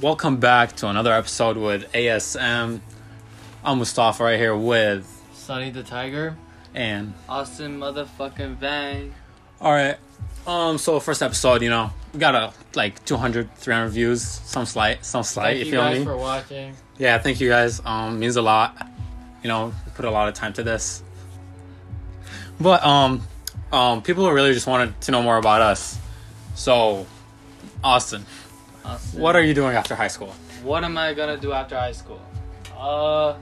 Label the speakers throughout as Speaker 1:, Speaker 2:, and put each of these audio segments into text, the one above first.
Speaker 1: Welcome back to another episode with ASM. I'm Mustafa right here with
Speaker 2: Sonny the Tiger,
Speaker 1: and
Speaker 2: Austin motherfucking Bang.
Speaker 1: all right. Um, so first episode, you know, we got a like 200, 300 views, some slight, some slight.
Speaker 2: Thank
Speaker 1: if
Speaker 2: you
Speaker 1: you know
Speaker 2: guys
Speaker 1: me.
Speaker 2: for watching.
Speaker 1: yeah, thank you guys. Um, means a lot. You know, we put a lot of time to this. But um, um, people really just wanted to know more about us. So, Austin,
Speaker 2: Austin,
Speaker 1: what are you doing after high school?
Speaker 2: What am I gonna do after high school? Uh,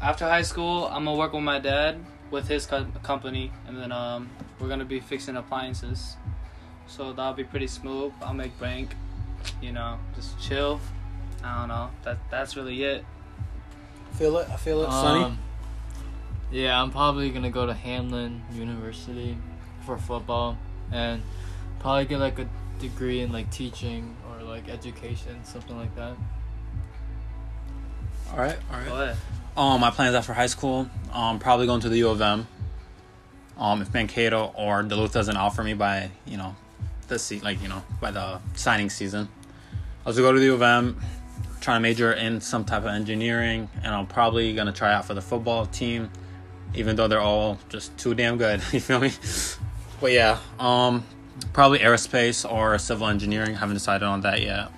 Speaker 2: after high school, I'm gonna work with my dad with his co- company, and then um, we're gonna be fixing appliances. So that'll be pretty smooth. I'll make bank, you know, just chill. I don't know. That that's really it.
Speaker 1: Feel it. I feel
Speaker 3: Um, yeah, I'm probably gonna go to Hamlin University for football and probably get like a degree in like teaching or like education, something like that.
Speaker 1: All right. All right.
Speaker 2: But
Speaker 1: Um, my plans after high school, um, probably going to the U of M. Um, if Mankato or Duluth doesn't offer me by you know, the se- like you know by the signing season, I'll just go to the U of M, try to major in some type of engineering, and I'm probably gonna try out for the football team, even though they're all just too damn good. you feel me? But yeah, um, probably aerospace or civil engineering. Haven't decided on that yet.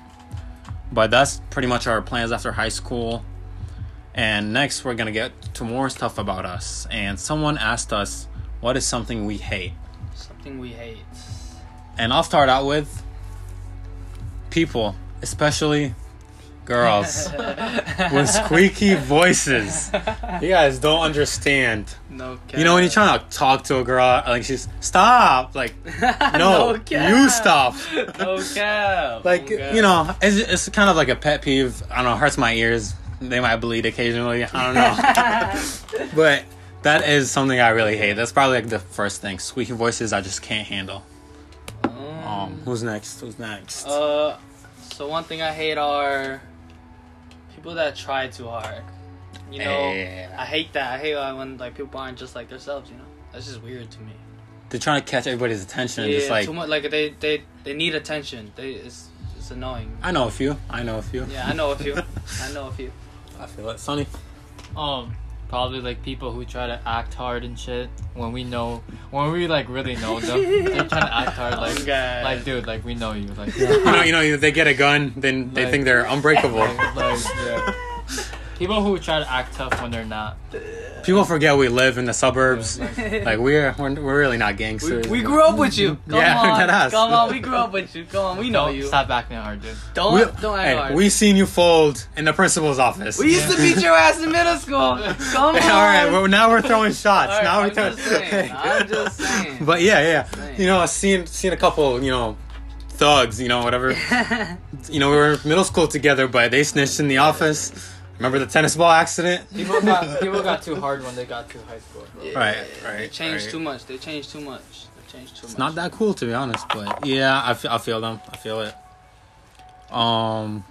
Speaker 1: But that's pretty much our plans after high school. And next, we're gonna get to more stuff about us. And someone asked us, "What is something we hate?"
Speaker 2: something we hate.
Speaker 1: And I'll start out with people, especially girls with squeaky voices. You guys don't understand.
Speaker 2: No cap.
Speaker 1: You know when you're trying to talk to a girl, like she's stop, like no,
Speaker 2: cap.
Speaker 1: you stop.
Speaker 2: No cap.
Speaker 1: Like
Speaker 2: No cap.
Speaker 1: you know, it's, it's kind of like a pet peeve. I don't know, hurts my ears. They might bleed occasionally. I don't know. But that is something I really hate. That's probably like the first thing. Squeaky voices I just can't handle.
Speaker 2: Mm.
Speaker 1: Um, who's next? Who's next?
Speaker 2: Uh, so one thing I hate are people that try too hard. You know,
Speaker 1: Yeah.
Speaker 2: I hate that. I hate uh, when like people aren't just like themselves. You know, that's just weird to me.
Speaker 1: They're trying to catch everybody's attention and
Speaker 2: yeah,
Speaker 1: just like
Speaker 2: too much. Like they they they need attention. They it's it's annoying.
Speaker 1: I know a few. I know a few.
Speaker 2: Yeah, I know a few. I know a few.
Speaker 1: I feel it. Sonny.
Speaker 3: Um, probably like people who try to act hard and shit when we know when we like really know them. They're trying to act hard, like
Speaker 2: Okay.
Speaker 3: like dude, like we know you, like
Speaker 1: You know, you know, you- they get a gun, then they
Speaker 3: Like-
Speaker 1: think they're unbreakable.
Speaker 3: like, like, yeah. People who try to act tough when they're not.
Speaker 1: People forget we live in the suburbs.
Speaker 3: Yeah,
Speaker 1: Like we're, we're we're really not
Speaker 2: we,
Speaker 1: gangsters.
Speaker 2: we grew up with you. Come
Speaker 1: Yeah,
Speaker 2: on,
Speaker 1: deadass.
Speaker 2: come on. We grew up with you. Come on, we know
Speaker 3: Don't
Speaker 2: you.
Speaker 3: stop acting hard, dude.
Speaker 2: Don't
Speaker 1: We-
Speaker 2: Oh, don't act
Speaker 1: hey,
Speaker 2: hard.
Speaker 1: we seen you fold in the principal's office.
Speaker 2: We used to beat your ass in middle school. Come on.
Speaker 1: All right, well now we're throwing shots.
Speaker 2: All Oh. right,
Speaker 1: now we're throwing.
Speaker 2: I'm just saying, I'm just saying.
Speaker 1: But yeah, yeah,
Speaker 2: Same.
Speaker 1: you know, I seen seen a couple, you know, thugs, you know, whatever. you know, we were in middle school together, but they snitched in the office. Remember the tennis ball accident?
Speaker 3: People got people got too hard when they got to high school. Bro.
Speaker 1: Right,
Speaker 2: They
Speaker 1: right,
Speaker 2: changed
Speaker 1: right.
Speaker 2: too much. They changed too much. They changed too much.
Speaker 1: It's not that cool to be honest, but yeah, I feel, I feel them. I feel it. Um,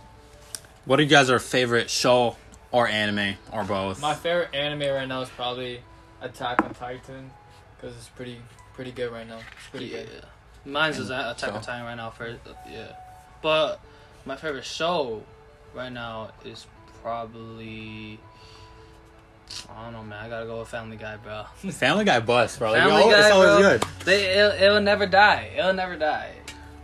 Speaker 1: what are you guys' favorite show or anime or both?
Speaker 3: My favorite anime right now is probably Attack on Titan because it's pretty pretty good right now. It's pretty
Speaker 2: Yeah.
Speaker 3: good.
Speaker 2: Mine's is at Attack on
Speaker 1: So-
Speaker 2: Titan right now. For yeah, but my favorite show right now is probably. I don't know, man. I gotta go with Family Guy, bro.
Speaker 1: Family Guy bus, bro. Like,
Speaker 2: Family
Speaker 1: yo,
Speaker 2: Guy,
Speaker 1: it's always
Speaker 2: bro.
Speaker 1: good.
Speaker 2: They it'll, it'll never die. It'll never die.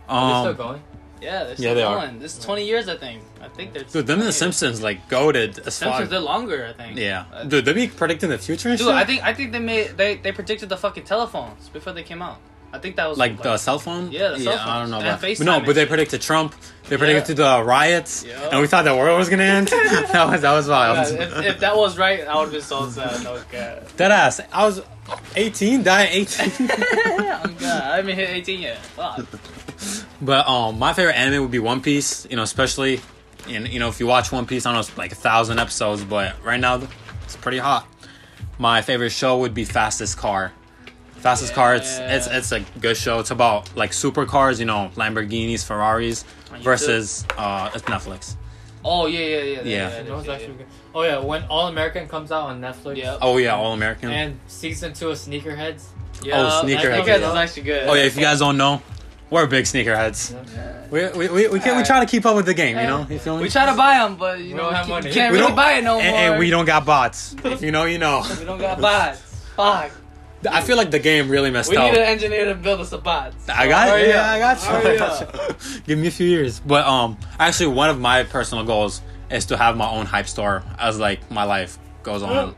Speaker 3: Are they
Speaker 1: Um,
Speaker 3: still going?
Speaker 2: Yeah, they're still
Speaker 1: Yeah, they are.
Speaker 2: going. This is 20 years, I think. I think they're.
Speaker 1: dude, them and
Speaker 2: 20
Speaker 1: the
Speaker 2: years.
Speaker 1: Simpsons like goaded as
Speaker 2: Simpsons,
Speaker 1: fuck.
Speaker 2: they're longer, I think.
Speaker 1: Yeah,
Speaker 2: Uh,
Speaker 1: dude, they be predicting the future. And
Speaker 2: Dude,
Speaker 1: shit?
Speaker 2: I think I think they made they, they predicted the fucking telephones before they came out. I think that was
Speaker 1: like the cell phone.
Speaker 2: Yeah, the cell
Speaker 1: I don't
Speaker 2: phones.
Speaker 1: know.
Speaker 2: And
Speaker 1: About, but
Speaker 2: FaceTime
Speaker 1: no,
Speaker 2: and
Speaker 1: but they
Speaker 2: shit.
Speaker 1: predicted Trump. They predicted the riots,
Speaker 2: Yeah.
Speaker 1: and we thought the world was gonna end. that was that was
Speaker 2: Yeah,
Speaker 1: wild.
Speaker 2: if, if that was right, I would have been so sad. No god.
Speaker 1: Dead ass. I was 18, dying 18.
Speaker 2: I'm Oh god. I haven't hit 18 yet. Fuck.
Speaker 1: but um, my favorite anime would be One Piece. You know, especially, in you know, if you watch One Piece, I know it's like a thousand episodes, but right now it's pretty hot. My favorite show would be Fastest Car. Fastest Car. It's
Speaker 2: Yeah.
Speaker 1: it's it's a good show. It's about like supercars. You know, Lamborghinis, Ferraris,
Speaker 2: On YouTube.
Speaker 1: versus uh, it's Netflix.
Speaker 2: Oh yeah, yeah, yeah.
Speaker 1: Yeah.
Speaker 3: You know what's
Speaker 2: yeah,
Speaker 3: actually good? Oh yeah, when All American comes out on Netflix.
Speaker 2: Yep.
Speaker 1: Oh yeah, All American.
Speaker 3: And season two of Sneakerheads.
Speaker 2: yeah. Uh,
Speaker 1: Oh, Sneakerhead.
Speaker 2: Sneakerheads is actually good.
Speaker 1: Oh yeah, if you guys don't know, We're big sneakerheads.
Speaker 2: Yeah.
Speaker 1: We we we we, can, we
Speaker 2: Alright.
Speaker 1: try to keep up with the game. You know,
Speaker 2: Hey,
Speaker 1: you feel me?
Speaker 2: We try to buy them, but you
Speaker 3: We
Speaker 2: know
Speaker 3: don't have
Speaker 2: you
Speaker 3: money.
Speaker 2: can't
Speaker 1: We
Speaker 2: really
Speaker 1: don't-
Speaker 2: buy it no
Speaker 1: and,
Speaker 2: more.
Speaker 1: and we don't got bots. If you know, you know.
Speaker 2: We don't got bots. Fuck.
Speaker 1: I feel like the game really messed
Speaker 2: We
Speaker 1: up.
Speaker 2: need an engineer to build us a bot. So
Speaker 1: I got
Speaker 2: hurry
Speaker 1: it. Oh, Yeah,
Speaker 2: up.
Speaker 1: I got you.
Speaker 2: Hurry
Speaker 1: I got you. Give me a few years. But um, actually, one of my personal goals is to have my own hype store as like my life goes on.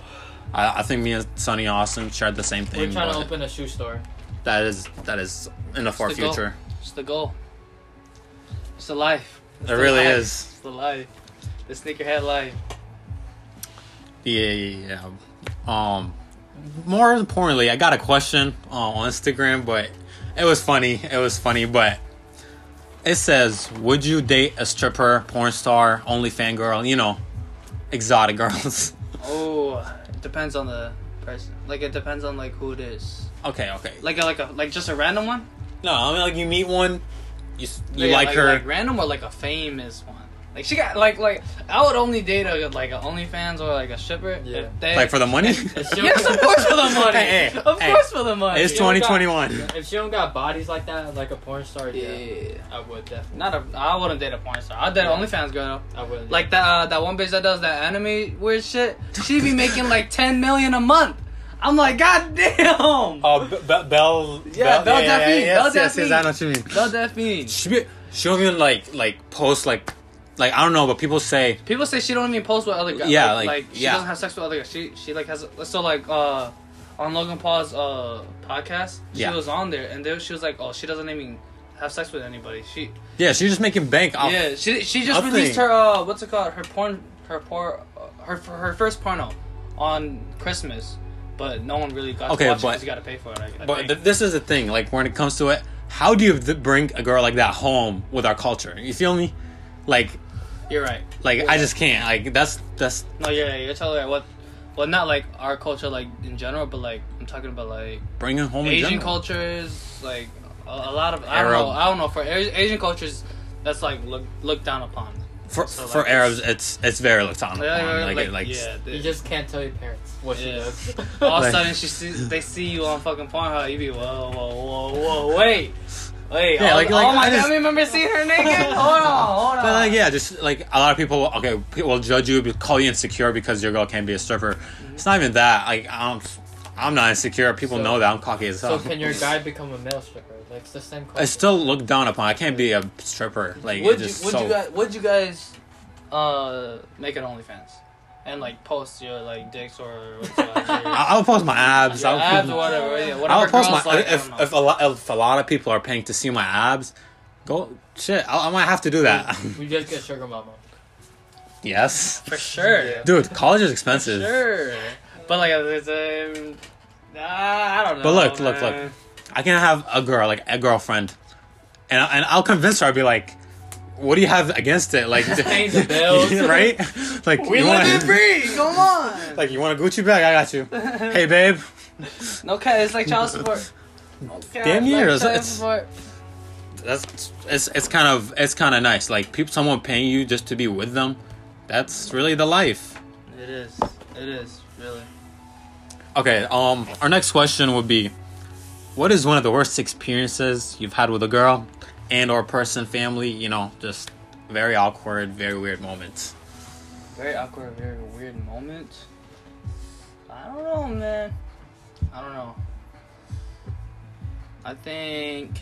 Speaker 1: I, I think me and Sonny Austin shared the same thing.
Speaker 3: We're trying to
Speaker 1: but
Speaker 3: open a shoe store.
Speaker 1: That is that is in the far
Speaker 2: the goal.
Speaker 1: future.
Speaker 2: It's the goal. It's the life. It's
Speaker 1: It
Speaker 2: the
Speaker 1: really
Speaker 2: life.
Speaker 1: is.
Speaker 2: It's the life. The sneakerhead life.
Speaker 1: Yeah, yeah, yeah. Um, more importantly, I got a question uh, on Instagram, but it was funny. It was funny, but it says, "Would you date a stripper, porn star, only fangirl? You know, exotic girls."
Speaker 2: Oh, it depends on the person. Like it depends on like who it is.
Speaker 1: okay, okay. Like,
Speaker 2: Like a, like a like just a random one.
Speaker 1: no, I mean like you meet one, you s- you
Speaker 2: Yeah,
Speaker 1: like, her.
Speaker 2: Like random or like a famous one. Like she got like like I would only date a like a OnlyFans or like a stripper.
Speaker 3: Yeah.
Speaker 2: If they,
Speaker 1: Like for the money?
Speaker 2: yes, of course for the money.
Speaker 1: Hey, hey,
Speaker 2: of
Speaker 1: hey.
Speaker 2: course for the money.
Speaker 1: It's 2021.
Speaker 3: If she don't got bodies like that, like a porn star, yeah,
Speaker 2: Yeah.
Speaker 3: I would definitely.
Speaker 2: Not a. I wouldn't date a porn star. I'd date an
Speaker 3: Yeah.
Speaker 2: OnlyFans girl.
Speaker 3: I would.
Speaker 2: Like that uh, that one bitch that does that anime weird shit. She be making like ten million a month. I'm like, god damn.
Speaker 1: Oh, Be- Be- Belle.
Speaker 2: Yeah, Belle Delphine, Belle
Speaker 1: yes, yes, yes,
Speaker 2: Delphine.
Speaker 1: I know what you mean.
Speaker 2: Does that mean?
Speaker 1: She be, she don't even like like post like like I don't know, but people say
Speaker 2: People say she don't even post with other guys.
Speaker 1: Yeah,
Speaker 2: like,
Speaker 1: like-
Speaker 2: she
Speaker 1: yeah.
Speaker 2: doesn't have sex with other guys. She she like has so like uh on Logan Paul's uh podcast
Speaker 1: Yeah.
Speaker 2: she was on there and there she was like oh she doesn't even have sex with anybody. She
Speaker 1: yeah, she's just making bank off
Speaker 2: yeah she she just
Speaker 1: I
Speaker 2: released
Speaker 1: think-
Speaker 2: her uh what's it called her porn her por uh, her her first porno on Christmas, but no one really got
Speaker 1: Okay,
Speaker 2: to watch
Speaker 1: but-
Speaker 2: because you got to pay for it. I, I
Speaker 1: But
Speaker 2: think.
Speaker 1: th- this is the thing, like when it comes to it, how do you th- bring a girl like that home with our culture? You feel me? Like,
Speaker 2: you're right.
Speaker 1: like I just can't. Like that's that's
Speaker 2: No, yeah, yeah, you're totally right. What, well, not like our culture, like in general, but like I'm talking about like
Speaker 1: bringing home in
Speaker 2: Asian
Speaker 1: general.
Speaker 2: cultures, like a, a lot of I don't
Speaker 1: Arab.
Speaker 2: know, I don't know for Asi- Asian cultures, that's like look looked down upon.
Speaker 1: for
Speaker 2: so,
Speaker 1: for
Speaker 2: like,
Speaker 1: Arabs. It's it's very looked on
Speaker 2: Like,
Speaker 1: upon.
Speaker 2: like,
Speaker 1: Like, it, like
Speaker 2: yeah, they-
Speaker 3: you just can't tell your parents what
Speaker 2: Yeah.
Speaker 3: she does.
Speaker 2: all of a
Speaker 1: Like-
Speaker 2: sudden she sees, they see you on fucking Pornhub, you be whoa, whoa, whoa, whoa, wait. Wait,
Speaker 1: Yeah,
Speaker 2: all,
Speaker 1: like- like,
Speaker 2: all my
Speaker 1: I just-
Speaker 2: family members see her naked? hold on, hold on.
Speaker 1: But like yeah, just like a lot of people. Okay, people will judge you, call you insecure because your girl can't be a stripper.
Speaker 2: Mm-hmm.
Speaker 1: It's not even that. Like I don't. I'm not insecure. People
Speaker 3: So-
Speaker 1: know that I'm cocky as
Speaker 3: so
Speaker 1: hell.
Speaker 3: can your guy become a male stripper? Like it's the same.
Speaker 1: I
Speaker 3: Culture.
Speaker 1: still look down upon. I can't be a stripper. Like
Speaker 2: would
Speaker 1: it's just
Speaker 2: you would
Speaker 1: so.
Speaker 2: you guys would you guys uh make an OnlyFans and like post your like dicks or whatsoever,
Speaker 1: I- I'll post my abs.
Speaker 2: your
Speaker 1: I'll post
Speaker 2: abs or whatever? Yeah, whatever
Speaker 1: I'll post my
Speaker 2: girls like. I
Speaker 1: if,
Speaker 2: don't know.
Speaker 1: if a lot if a lot of people are paying to see my abs, go shit. I, I might have to do that.
Speaker 2: Mm.
Speaker 3: We just get sugar mama.
Speaker 1: yes,
Speaker 2: for sure,
Speaker 3: Yeah.
Speaker 1: dude, college is expensive.
Speaker 2: sure. But like, it's um, uh, I don't know.
Speaker 1: But look, look, look.
Speaker 2: man.
Speaker 1: I can have a girl like a girlfriend, and I- and I'll convince her. I'll be like, "What do you have against it? Like,
Speaker 3: Paying the bills.
Speaker 1: right? Like
Speaker 2: We
Speaker 1: you
Speaker 2: live
Speaker 1: want
Speaker 2: in free. Come on.
Speaker 1: like you want a Gucci bag? I got you. hey, babe.
Speaker 2: no, okay, it's like child support. Okay,
Speaker 1: Damn
Speaker 2: it's
Speaker 1: near,
Speaker 2: like
Speaker 1: it's-
Speaker 2: child
Speaker 1: it's-
Speaker 2: support.
Speaker 1: That's it's it's kind of it's kind of nice. Like people, someone paying you just to be with them. That's really the life.
Speaker 2: It is. It is really.
Speaker 1: Okay, um our next question would be what is one of the worst experiences you've had with a girl and or person, family, you know, just very awkward, very weird moments.
Speaker 2: very awkward, very weird moment. I don't know, man. I don't know. I think.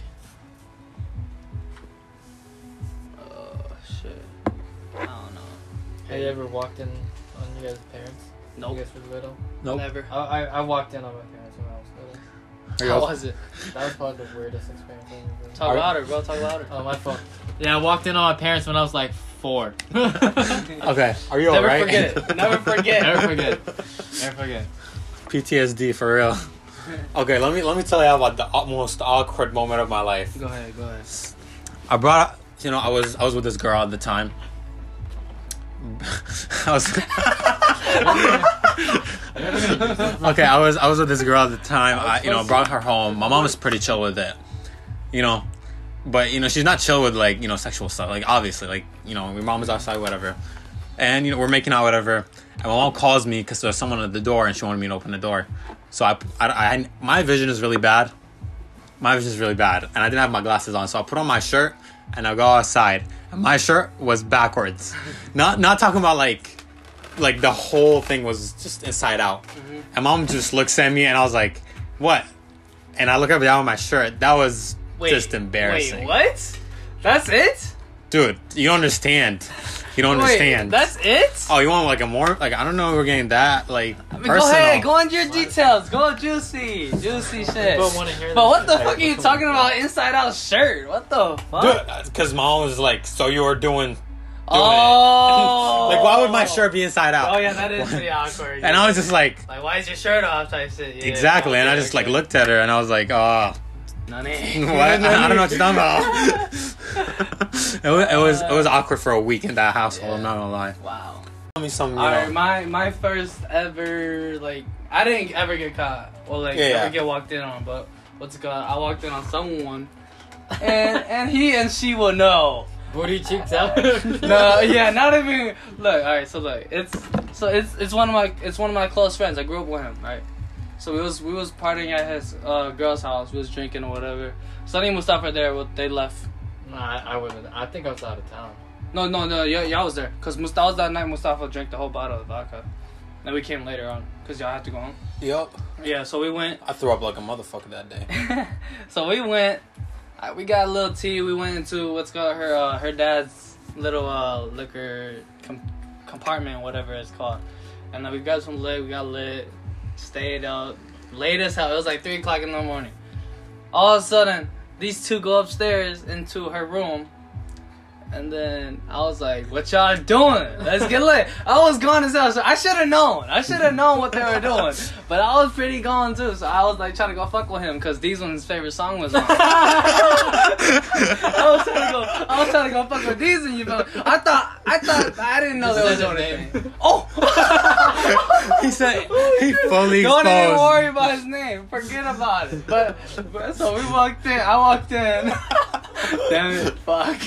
Speaker 2: Oh shit. I don't know.
Speaker 3: Have you ever walked in on your guys' parents? when
Speaker 2: Nope.
Speaker 3: You guys were little.
Speaker 1: Nope.
Speaker 2: Never.
Speaker 3: I, I I walked in on my parents when I was
Speaker 2: How
Speaker 3: little.
Speaker 2: was it?
Speaker 3: That was probably the weirdest experience I've ever. had.
Speaker 2: Talk louder, bro. Talk louder.
Speaker 3: Oh my fault. Yeah, I walked in on my parents when I was like four. Never
Speaker 1: Okay. Are you
Speaker 2: Never
Speaker 1: alright?
Speaker 2: forget it. Never forget.
Speaker 3: forget. Never forget.
Speaker 1: PTSD for real. Okay, let me let me tell you about the most awkward moment of my life.
Speaker 2: Go ahead. Go ahead.
Speaker 1: I brought you know, I was I was with this girl at the time. I was Okay, I was I was with this girl at the time. I you know, brought her home. My mom was pretty chill with it. You know. But you know, she's not chill with like, you know, sexual stuff. Like obviously, like, you know, your mom was outside, whatever. And you know, we're making out, whatever. And my mom calls me because there's someone at the door and she wanted me to open the door. So I, I, I my vision is really bad. mine was just really bad, and I didn't have my glasses on, so I put on my shirt and I go outside, and my shirt was backwards. not not talking about like, like the whole thing was just inside out.
Speaker 2: Mm-hmm.
Speaker 1: And mom just looks at me, and I was like, "What?" And I look up down at my shirt. That was
Speaker 2: Wait,
Speaker 1: just embarrassing,
Speaker 2: Wait, what? That's it?
Speaker 1: dude. You don't understand. You don't understand.
Speaker 2: Wait, that's it?
Speaker 1: oh, you want like a more like I don't know. if We're getting that like
Speaker 2: I mean,
Speaker 1: personal.
Speaker 2: go ahead, go on your details. Go juicy, juicy shit.
Speaker 3: People wanna hear
Speaker 2: But
Speaker 3: that
Speaker 2: what the
Speaker 3: shit.
Speaker 2: fuck are you talking about? Inside out shirt? What the fuck?
Speaker 1: because mom was like, "So you were doing."
Speaker 2: oh,
Speaker 1: like, why would my shirt be inside out?
Speaker 2: Oh yeah, that is pretty awkward.
Speaker 1: And I was just like,
Speaker 2: like, why is your shirt off? Type shit. Yeah,
Speaker 1: exactly. And I
Speaker 2: okay,
Speaker 1: just like
Speaker 2: okay.
Speaker 1: looked at her and I was like, oh,
Speaker 2: None
Speaker 1: what? I don't know what you're talking about. it, was, it was it was awkward for a week in that household. I'm
Speaker 2: Yeah.
Speaker 1: not gonna lie.
Speaker 2: Wow.
Speaker 1: Tell me something.
Speaker 2: All right, my my first ever like I didn't ever get caught or like
Speaker 1: Yeah,
Speaker 2: ever
Speaker 1: yeah.
Speaker 2: get walked in on, but what's it called? I walked in on someone, and and he and she will know.
Speaker 3: Booty cheeks out.
Speaker 2: No, yeah, not even. Look, all right, so look, it's so it's it's one of my it's one of my close friends. I grew up with him, right? So we was we was partying at his uh, girl's house. We was drinking or whatever. Sunny and Mustafa there. Well, they left.
Speaker 3: Nah, I, I wouldn't. I think I was out of town.
Speaker 2: No, no, no. Y- y'all was there because Mustafa that night. Mustafa drank the whole bottle of vodka. Then we came later on because y'all had to go home.
Speaker 1: Yep.
Speaker 2: Yeah, so we went.
Speaker 1: I threw up like a motherfucker that day.
Speaker 2: so we went. uh, We got a little tea. We went into what's called her uh, her dad's little uh, liquor com- compartment, whatever it's called. And then we grabbed some lit. We got lit. Stayed up late as hell. It was like three o'clock in the morning. All of a sudden, these two go upstairs into her room. And then I was like, "What y'all doing? Let's get lit." I was gone as hell, so I should have known. I should have known what they were doing, but I was pretty gone too. So I was like trying to go fuck with him because these one's favorite song was on. I was trying to go. I was trying to go fuck with these and you. But I thought. I thought. I didn't know they were
Speaker 3: This
Speaker 2: doing
Speaker 3: isn't his
Speaker 2: anything. Oh.
Speaker 1: he said he fully
Speaker 2: Don't even
Speaker 1: exposed.
Speaker 2: worry about his name. Forget about it. But, but so we walked in. I walked in. Damn it. Fuck.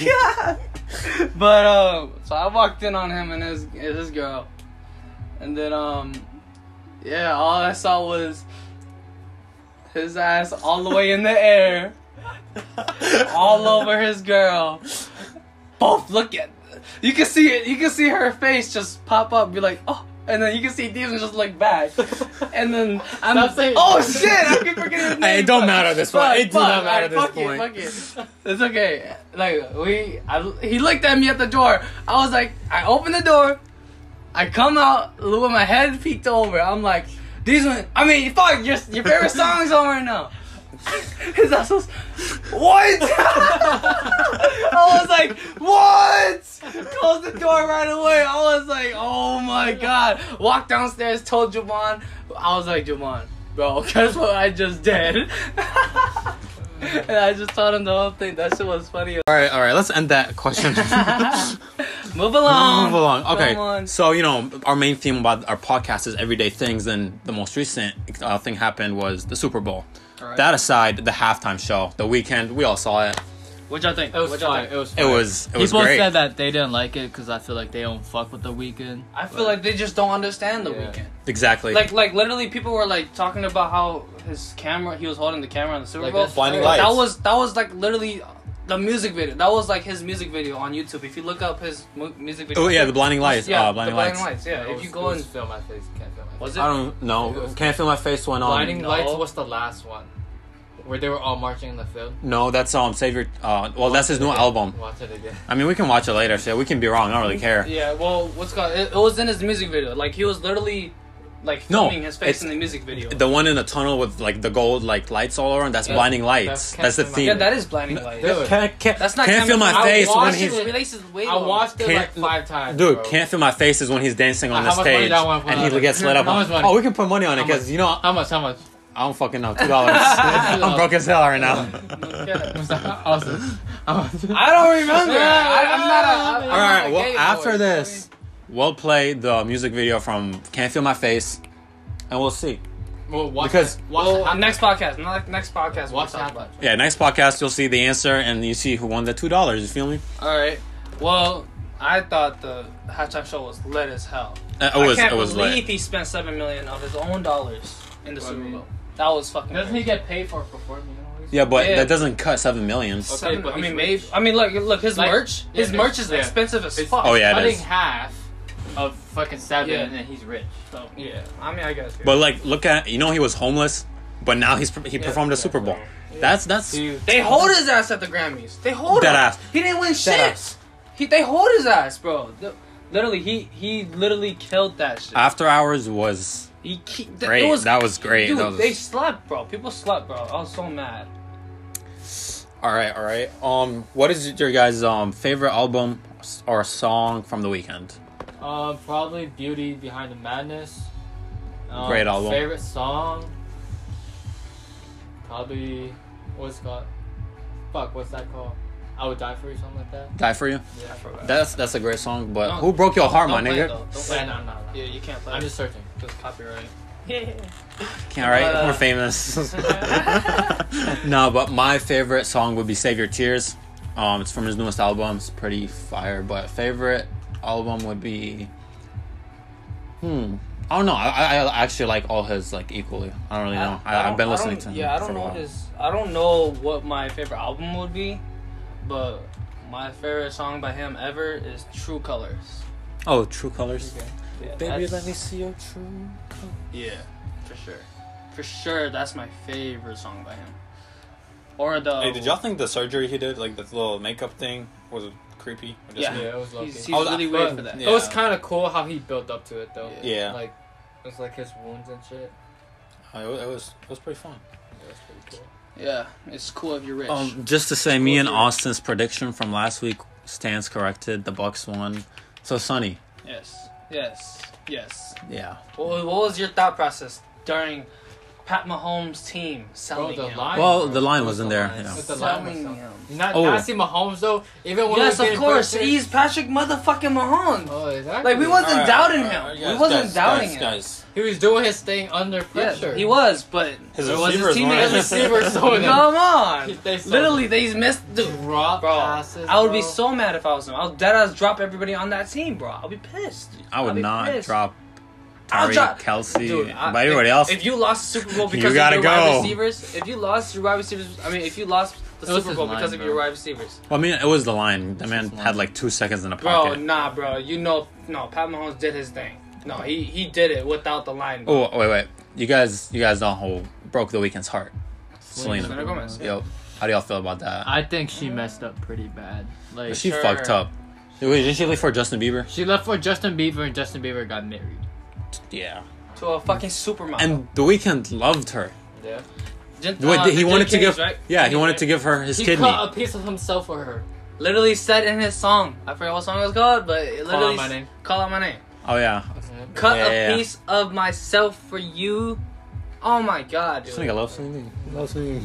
Speaker 2: but um, so I walked in on him and his and his girl, and then um, yeah, all I saw was his ass all the way in the air, all over his girl. Both look at. You can see it. You can see her face just pop up, be like, oh, and then you can see Demon just look back, and then I'm
Speaker 3: Stop saying-
Speaker 2: oh shit, I keep forgetting his name.
Speaker 1: Hey, it don't matter at this point.
Speaker 2: Fuck,
Speaker 1: It do not
Speaker 2: fuck,
Speaker 1: matter at this
Speaker 2: fuck
Speaker 1: point.
Speaker 2: It, fuck it. It's okay. Like we, I, he looked at me at the door. I was like, I opened the door. I come out with my head peeked over. I'm like, these one. I mean, fuck, your your favorite song's on right now. His ass was, what? I was like, what? Closed the door right away. I was like, oh my god. Walked downstairs, told Javon. I was like, Javon, bro, guess what I just did? and I just told him the whole thing. That shit was funny.
Speaker 1: All right, all right. Let's end that question.
Speaker 2: Move along.
Speaker 1: Move along. Okay.
Speaker 2: Come on.
Speaker 1: So you know, our main theme about our podcast is everyday things, and the most recent uh, thing happened was the Super Bowl.
Speaker 2: Alright.
Speaker 1: That aside, the halftime show, the weekend, we all saw it.
Speaker 2: What y'all think?
Speaker 3: It was
Speaker 2: what y'all
Speaker 3: fine.
Speaker 2: think?
Speaker 3: It was.
Speaker 1: It was it was
Speaker 3: People
Speaker 1: great.
Speaker 3: said that they didn't like it because I feel like they don't fuck with the weekend.
Speaker 2: I feel like they just don't understand the
Speaker 3: Yeah.
Speaker 2: weekend.
Speaker 1: exactly.
Speaker 2: Like, like literally, people were like talking about how his camera, he was holding the camera on the Super
Speaker 3: Like
Speaker 2: Bowl.
Speaker 3: that's Blinding
Speaker 2: But That
Speaker 1: lights.
Speaker 2: was that was like literally the music video. That was like his music video on YouTube. If you look up his mu- music video.
Speaker 1: oh yeah, the blinding lights.
Speaker 2: Yeah,
Speaker 1: uh, blinding
Speaker 2: the
Speaker 1: lights.
Speaker 2: blinding lights. Yeah, if you go and
Speaker 3: film my face, can't film my
Speaker 2: was it?
Speaker 1: I don't know. Can't feel my face um, went on.
Speaker 3: Blinding
Speaker 2: No.
Speaker 3: Lights was the last one where they were all marching in the field.
Speaker 1: No, that's um Savior. Uh, well, that's his new album.
Speaker 3: Watch it again.
Speaker 1: I mean, we can watch it later. So we can be wrong. I don't really care.
Speaker 2: Yeah, well, what's called? It, it was in his music video. Like he was literally like
Speaker 1: No,
Speaker 2: filming his face
Speaker 1: it's-
Speaker 2: in the music video.
Speaker 1: The one in the tunnel with like the gold like lights all around. That's
Speaker 3: Yeah.
Speaker 1: blinding lights. That's,
Speaker 3: That's-
Speaker 1: the
Speaker 3: can't
Speaker 1: theme.
Speaker 2: yeah, that is blinding lights.
Speaker 3: Dude,
Speaker 1: Can't, can't,
Speaker 2: That's not.
Speaker 1: can't feel my
Speaker 2: Cameron-
Speaker 1: face
Speaker 3: I
Speaker 1: when
Speaker 3: watched
Speaker 1: he's
Speaker 3: it. I watched it like
Speaker 1: Can't-
Speaker 3: five times.
Speaker 1: Dude,
Speaker 3: bro.
Speaker 1: can't feel my face is when he's dancing on the
Speaker 3: Uh, how much money
Speaker 1: stage,
Speaker 3: do I wanna put
Speaker 1: and
Speaker 3: on
Speaker 1: he
Speaker 3: it?
Speaker 1: gets lit up.
Speaker 3: How
Speaker 1: on-
Speaker 3: much money?
Speaker 1: Oh, we can put money on it
Speaker 3: How
Speaker 1: because
Speaker 3: much?
Speaker 1: you know
Speaker 3: How much? How much?
Speaker 1: I don't fucking know. Two dollars. I'm broke as hell right now.
Speaker 3: awesome. How much?
Speaker 2: I don't remember. I, I'm not. A, I'm
Speaker 1: All
Speaker 2: not
Speaker 1: right.
Speaker 2: a
Speaker 1: Well,
Speaker 2: gay
Speaker 1: after
Speaker 2: boy.
Speaker 1: this, we'll play the music video from "Can't Feel My Face," and we'll see.
Speaker 3: Well, watch
Speaker 1: Because-
Speaker 3: it. watch
Speaker 2: Well,
Speaker 3: it.
Speaker 2: next podcast. Not next podcast. We'll
Speaker 3: Watch
Speaker 2: talk
Speaker 3: that.
Speaker 2: about. it.
Speaker 1: Yeah, next podcast you'll see the answer and you see who won the two dollars. You feel me?
Speaker 2: All right. Well, I thought the halftime show was lit as hell.
Speaker 1: Uh, it was.
Speaker 2: I can't
Speaker 1: It was
Speaker 2: believe
Speaker 1: lit.
Speaker 2: he spent seven million of his own dollars in the
Speaker 3: What do
Speaker 2: Super
Speaker 3: you mean?
Speaker 2: Bowl. That was fucking.
Speaker 3: Doesn't he
Speaker 2: crazy.
Speaker 3: get paid for performing?
Speaker 1: Yeah, but
Speaker 2: Yeah.
Speaker 1: that doesn't cut seven million.
Speaker 3: Okay,
Speaker 2: Seven-
Speaker 3: but
Speaker 2: I mean,
Speaker 3: he's
Speaker 2: maybe.
Speaker 3: rich.
Speaker 2: I mean, like, look, his
Speaker 3: Like,
Speaker 2: merch.
Speaker 3: yeah,
Speaker 2: His merch is
Speaker 3: yeah.
Speaker 2: expensive as
Speaker 3: It's-
Speaker 2: fuck.
Speaker 1: Oh, yeah, it
Speaker 3: cutting
Speaker 1: is.
Speaker 3: half of fucking seven,
Speaker 2: Yeah.
Speaker 3: and then he's rich. So
Speaker 2: Yeah, I mean, I guess.
Speaker 1: But like, look at you know he was homeless, but now he's he performed a
Speaker 3: yeah,
Speaker 1: Super Bowl.
Speaker 2: yeah.
Speaker 1: That's that's
Speaker 3: Dude,
Speaker 2: They hold his ass at the Grammys. They hold
Speaker 1: Dead
Speaker 2: him.
Speaker 1: ass.
Speaker 2: He didn't win shit.
Speaker 1: ass.
Speaker 2: He they hold his ass, bro. The- literally, he he literally killed that shit.
Speaker 1: After Hours was
Speaker 2: he ki- th-
Speaker 1: Ah, great.
Speaker 2: It was,
Speaker 1: that was great.
Speaker 2: dude,
Speaker 1: That was-
Speaker 2: they slept, bro. People slept, bro. I was so mad.
Speaker 1: All right, all right. Um, what is your guys' um favorite album or song from the weekend?
Speaker 3: Um, probably Beauty Behind the Madness. Um,
Speaker 1: Great album.
Speaker 3: Favorite song. Probably what's it called? Fuck, what's that called? I would die for you, something like that.
Speaker 1: Die for you.
Speaker 3: Yeah.
Speaker 1: That's that's a great song, but
Speaker 2: Don't-
Speaker 1: who broke your heart, my
Speaker 2: Don't play it,
Speaker 1: nigga?
Speaker 2: though. Don't play
Speaker 3: Yeah,
Speaker 2: it.
Speaker 3: no, no, no.
Speaker 2: Yeah, you can't play.
Speaker 3: I'm
Speaker 2: it.
Speaker 3: just searching.
Speaker 2: Just copyright.
Speaker 1: Okay, all right,
Speaker 2: Uh,
Speaker 1: we're famous. no, but my favorite song would be "Save Your Tears." Um, it's from his newest album. It's pretty fire. But favorite album would be, hmm, I don't know. I, I, I actually like all his like equally. I don't really know. I,
Speaker 2: don't-
Speaker 1: I've been listening
Speaker 2: don't-
Speaker 1: to him.
Speaker 2: Yeah, I
Speaker 1: for
Speaker 2: don't
Speaker 1: a
Speaker 2: know
Speaker 1: while.
Speaker 2: his. I don't know what my favorite album would be, but my favorite song by him ever is True Colors.
Speaker 1: Oh, True Colors.
Speaker 2: Yeah,
Speaker 1: Baby,
Speaker 2: that's-
Speaker 1: let me see your true. colors.
Speaker 2: Yeah, for sure. For sure, that's my favorite song by him. Or the.
Speaker 4: Hey, did y'all think the surgery he did, like the little makeup thing, was creepy? Or just
Speaker 2: Yeah.
Speaker 4: me?
Speaker 3: Yeah, it was lucky.
Speaker 2: He's, he's
Speaker 4: Oh, that-
Speaker 2: really weird for that.
Speaker 4: yeah.
Speaker 3: It was kind of cool how he built up to it though.
Speaker 4: Yeah.
Speaker 3: Like, it was like his wounds and shit.
Speaker 4: Uh, It was, it was it was pretty fun.
Speaker 3: It was pretty cool.
Speaker 2: Yeah, it's cool if you're rich.
Speaker 1: Um, just to say, me and Austin's prediction from last week stands corrected. The Bucks won. So Sunny.
Speaker 2: yes, yes, yes.
Speaker 1: Yeah.
Speaker 2: What, wa- what was your thought process during Pat Mahomes' team selling
Speaker 3: the
Speaker 2: him?
Speaker 3: line-
Speaker 1: Well,
Speaker 3: bro.
Speaker 1: the line
Speaker 3: It was
Speaker 1: wasn't
Speaker 3: the
Speaker 1: there,
Speaker 3: line.
Speaker 1: yeah.
Speaker 3: It was the line was
Speaker 2: selling
Speaker 3: something.
Speaker 2: him.
Speaker 3: Not,
Speaker 1: Oh.
Speaker 3: not see Mahomes though. Even when
Speaker 2: Yes,
Speaker 3: we
Speaker 2: of
Speaker 3: did
Speaker 2: course.
Speaker 3: first-
Speaker 2: He's Patrick motherfucking Mahomes.
Speaker 3: Oh, exactly.
Speaker 2: Like we wasn't
Speaker 4: Alright,
Speaker 2: doubting him.
Speaker 4: alright,
Speaker 2: we
Speaker 4: guys,
Speaker 2: wasn't
Speaker 4: guys,
Speaker 2: doubting
Speaker 4: guys,
Speaker 2: him.
Speaker 4: Guys,
Speaker 3: He was doing his thing under
Speaker 2: Yeah,
Speaker 3: pressure.
Speaker 2: he was, but
Speaker 4: His
Speaker 2: there was his
Speaker 4: receivers weren't.
Speaker 2: teammates.
Speaker 3: His receivers saw them.
Speaker 2: Come on.
Speaker 3: They saw
Speaker 2: Literally, they missed. Dude,
Speaker 3: Drop
Speaker 2: bro,
Speaker 3: passes,
Speaker 2: I would be
Speaker 3: bro.
Speaker 2: so mad if I was him. I'll dead ass drop everybody on that team, bro. I'll be pissed.
Speaker 1: I would
Speaker 2: I'll be
Speaker 1: not
Speaker 2: pissed.
Speaker 1: drop
Speaker 2: I'll
Speaker 1: Terry,
Speaker 2: drop-
Speaker 1: Kelsey,
Speaker 2: Dude, I-
Speaker 1: but everybody
Speaker 2: if,
Speaker 1: else.
Speaker 2: If you lost the Super Bowl
Speaker 1: You
Speaker 2: because
Speaker 1: gotta
Speaker 2: of your wide
Speaker 1: go.
Speaker 2: receivers, if you lost your wide receivers, I mean, if you lost the
Speaker 3: It was
Speaker 2: Super
Speaker 3: his
Speaker 2: Bowl
Speaker 3: line,
Speaker 2: because of
Speaker 3: bro.
Speaker 2: your wide receivers,
Speaker 1: Well, I mean, it was the line. The
Speaker 3: It's
Speaker 1: man
Speaker 3: just line.
Speaker 1: had like two seconds in the
Speaker 2: bro,
Speaker 1: pocket.
Speaker 2: nah, bro. You know, no. Pat Mahomes did his thing. No, he he did it without the line. Bro.
Speaker 1: Oh wait, wait. You guys, you guys know who broke the weekend's heart? Selena.
Speaker 2: Selena Gomez.
Speaker 1: Yo, how do y'all feel about that?
Speaker 3: I think she messed up pretty bad. Like
Speaker 1: she
Speaker 3: she,
Speaker 2: sure.
Speaker 1: fucked up. Wait, didn't she leave for Justin Bieber?
Speaker 3: left for Justin Bieber, and Justin Bieber got married.
Speaker 1: Yeah.
Speaker 2: To a fucking supermodel.
Speaker 1: And the weekend loved her.
Speaker 3: Yeah,
Speaker 2: Gent-
Speaker 1: Wait,
Speaker 2: uh,
Speaker 1: he
Speaker 2: the
Speaker 1: wanted to
Speaker 2: Jim Kings,
Speaker 1: give.
Speaker 2: right?
Speaker 1: Yeah, he
Speaker 2: Kings,
Speaker 1: wanted
Speaker 2: right?
Speaker 1: to give her his
Speaker 3: he
Speaker 1: kidney.
Speaker 3: cut a piece of himself for her.
Speaker 2: literally said in his song. I forget what song it was called, but it
Speaker 3: Call
Speaker 2: literally
Speaker 3: Out My
Speaker 2: s-
Speaker 3: Name.
Speaker 2: Call out my name.
Speaker 1: Oh yeah.
Speaker 2: Cut
Speaker 1: Yeah, yeah,
Speaker 2: a
Speaker 1: yeah.
Speaker 2: piece of myself for you. Oh my god,
Speaker 1: This
Speaker 2: dude.
Speaker 1: nigga loves Selena. Loves Selena.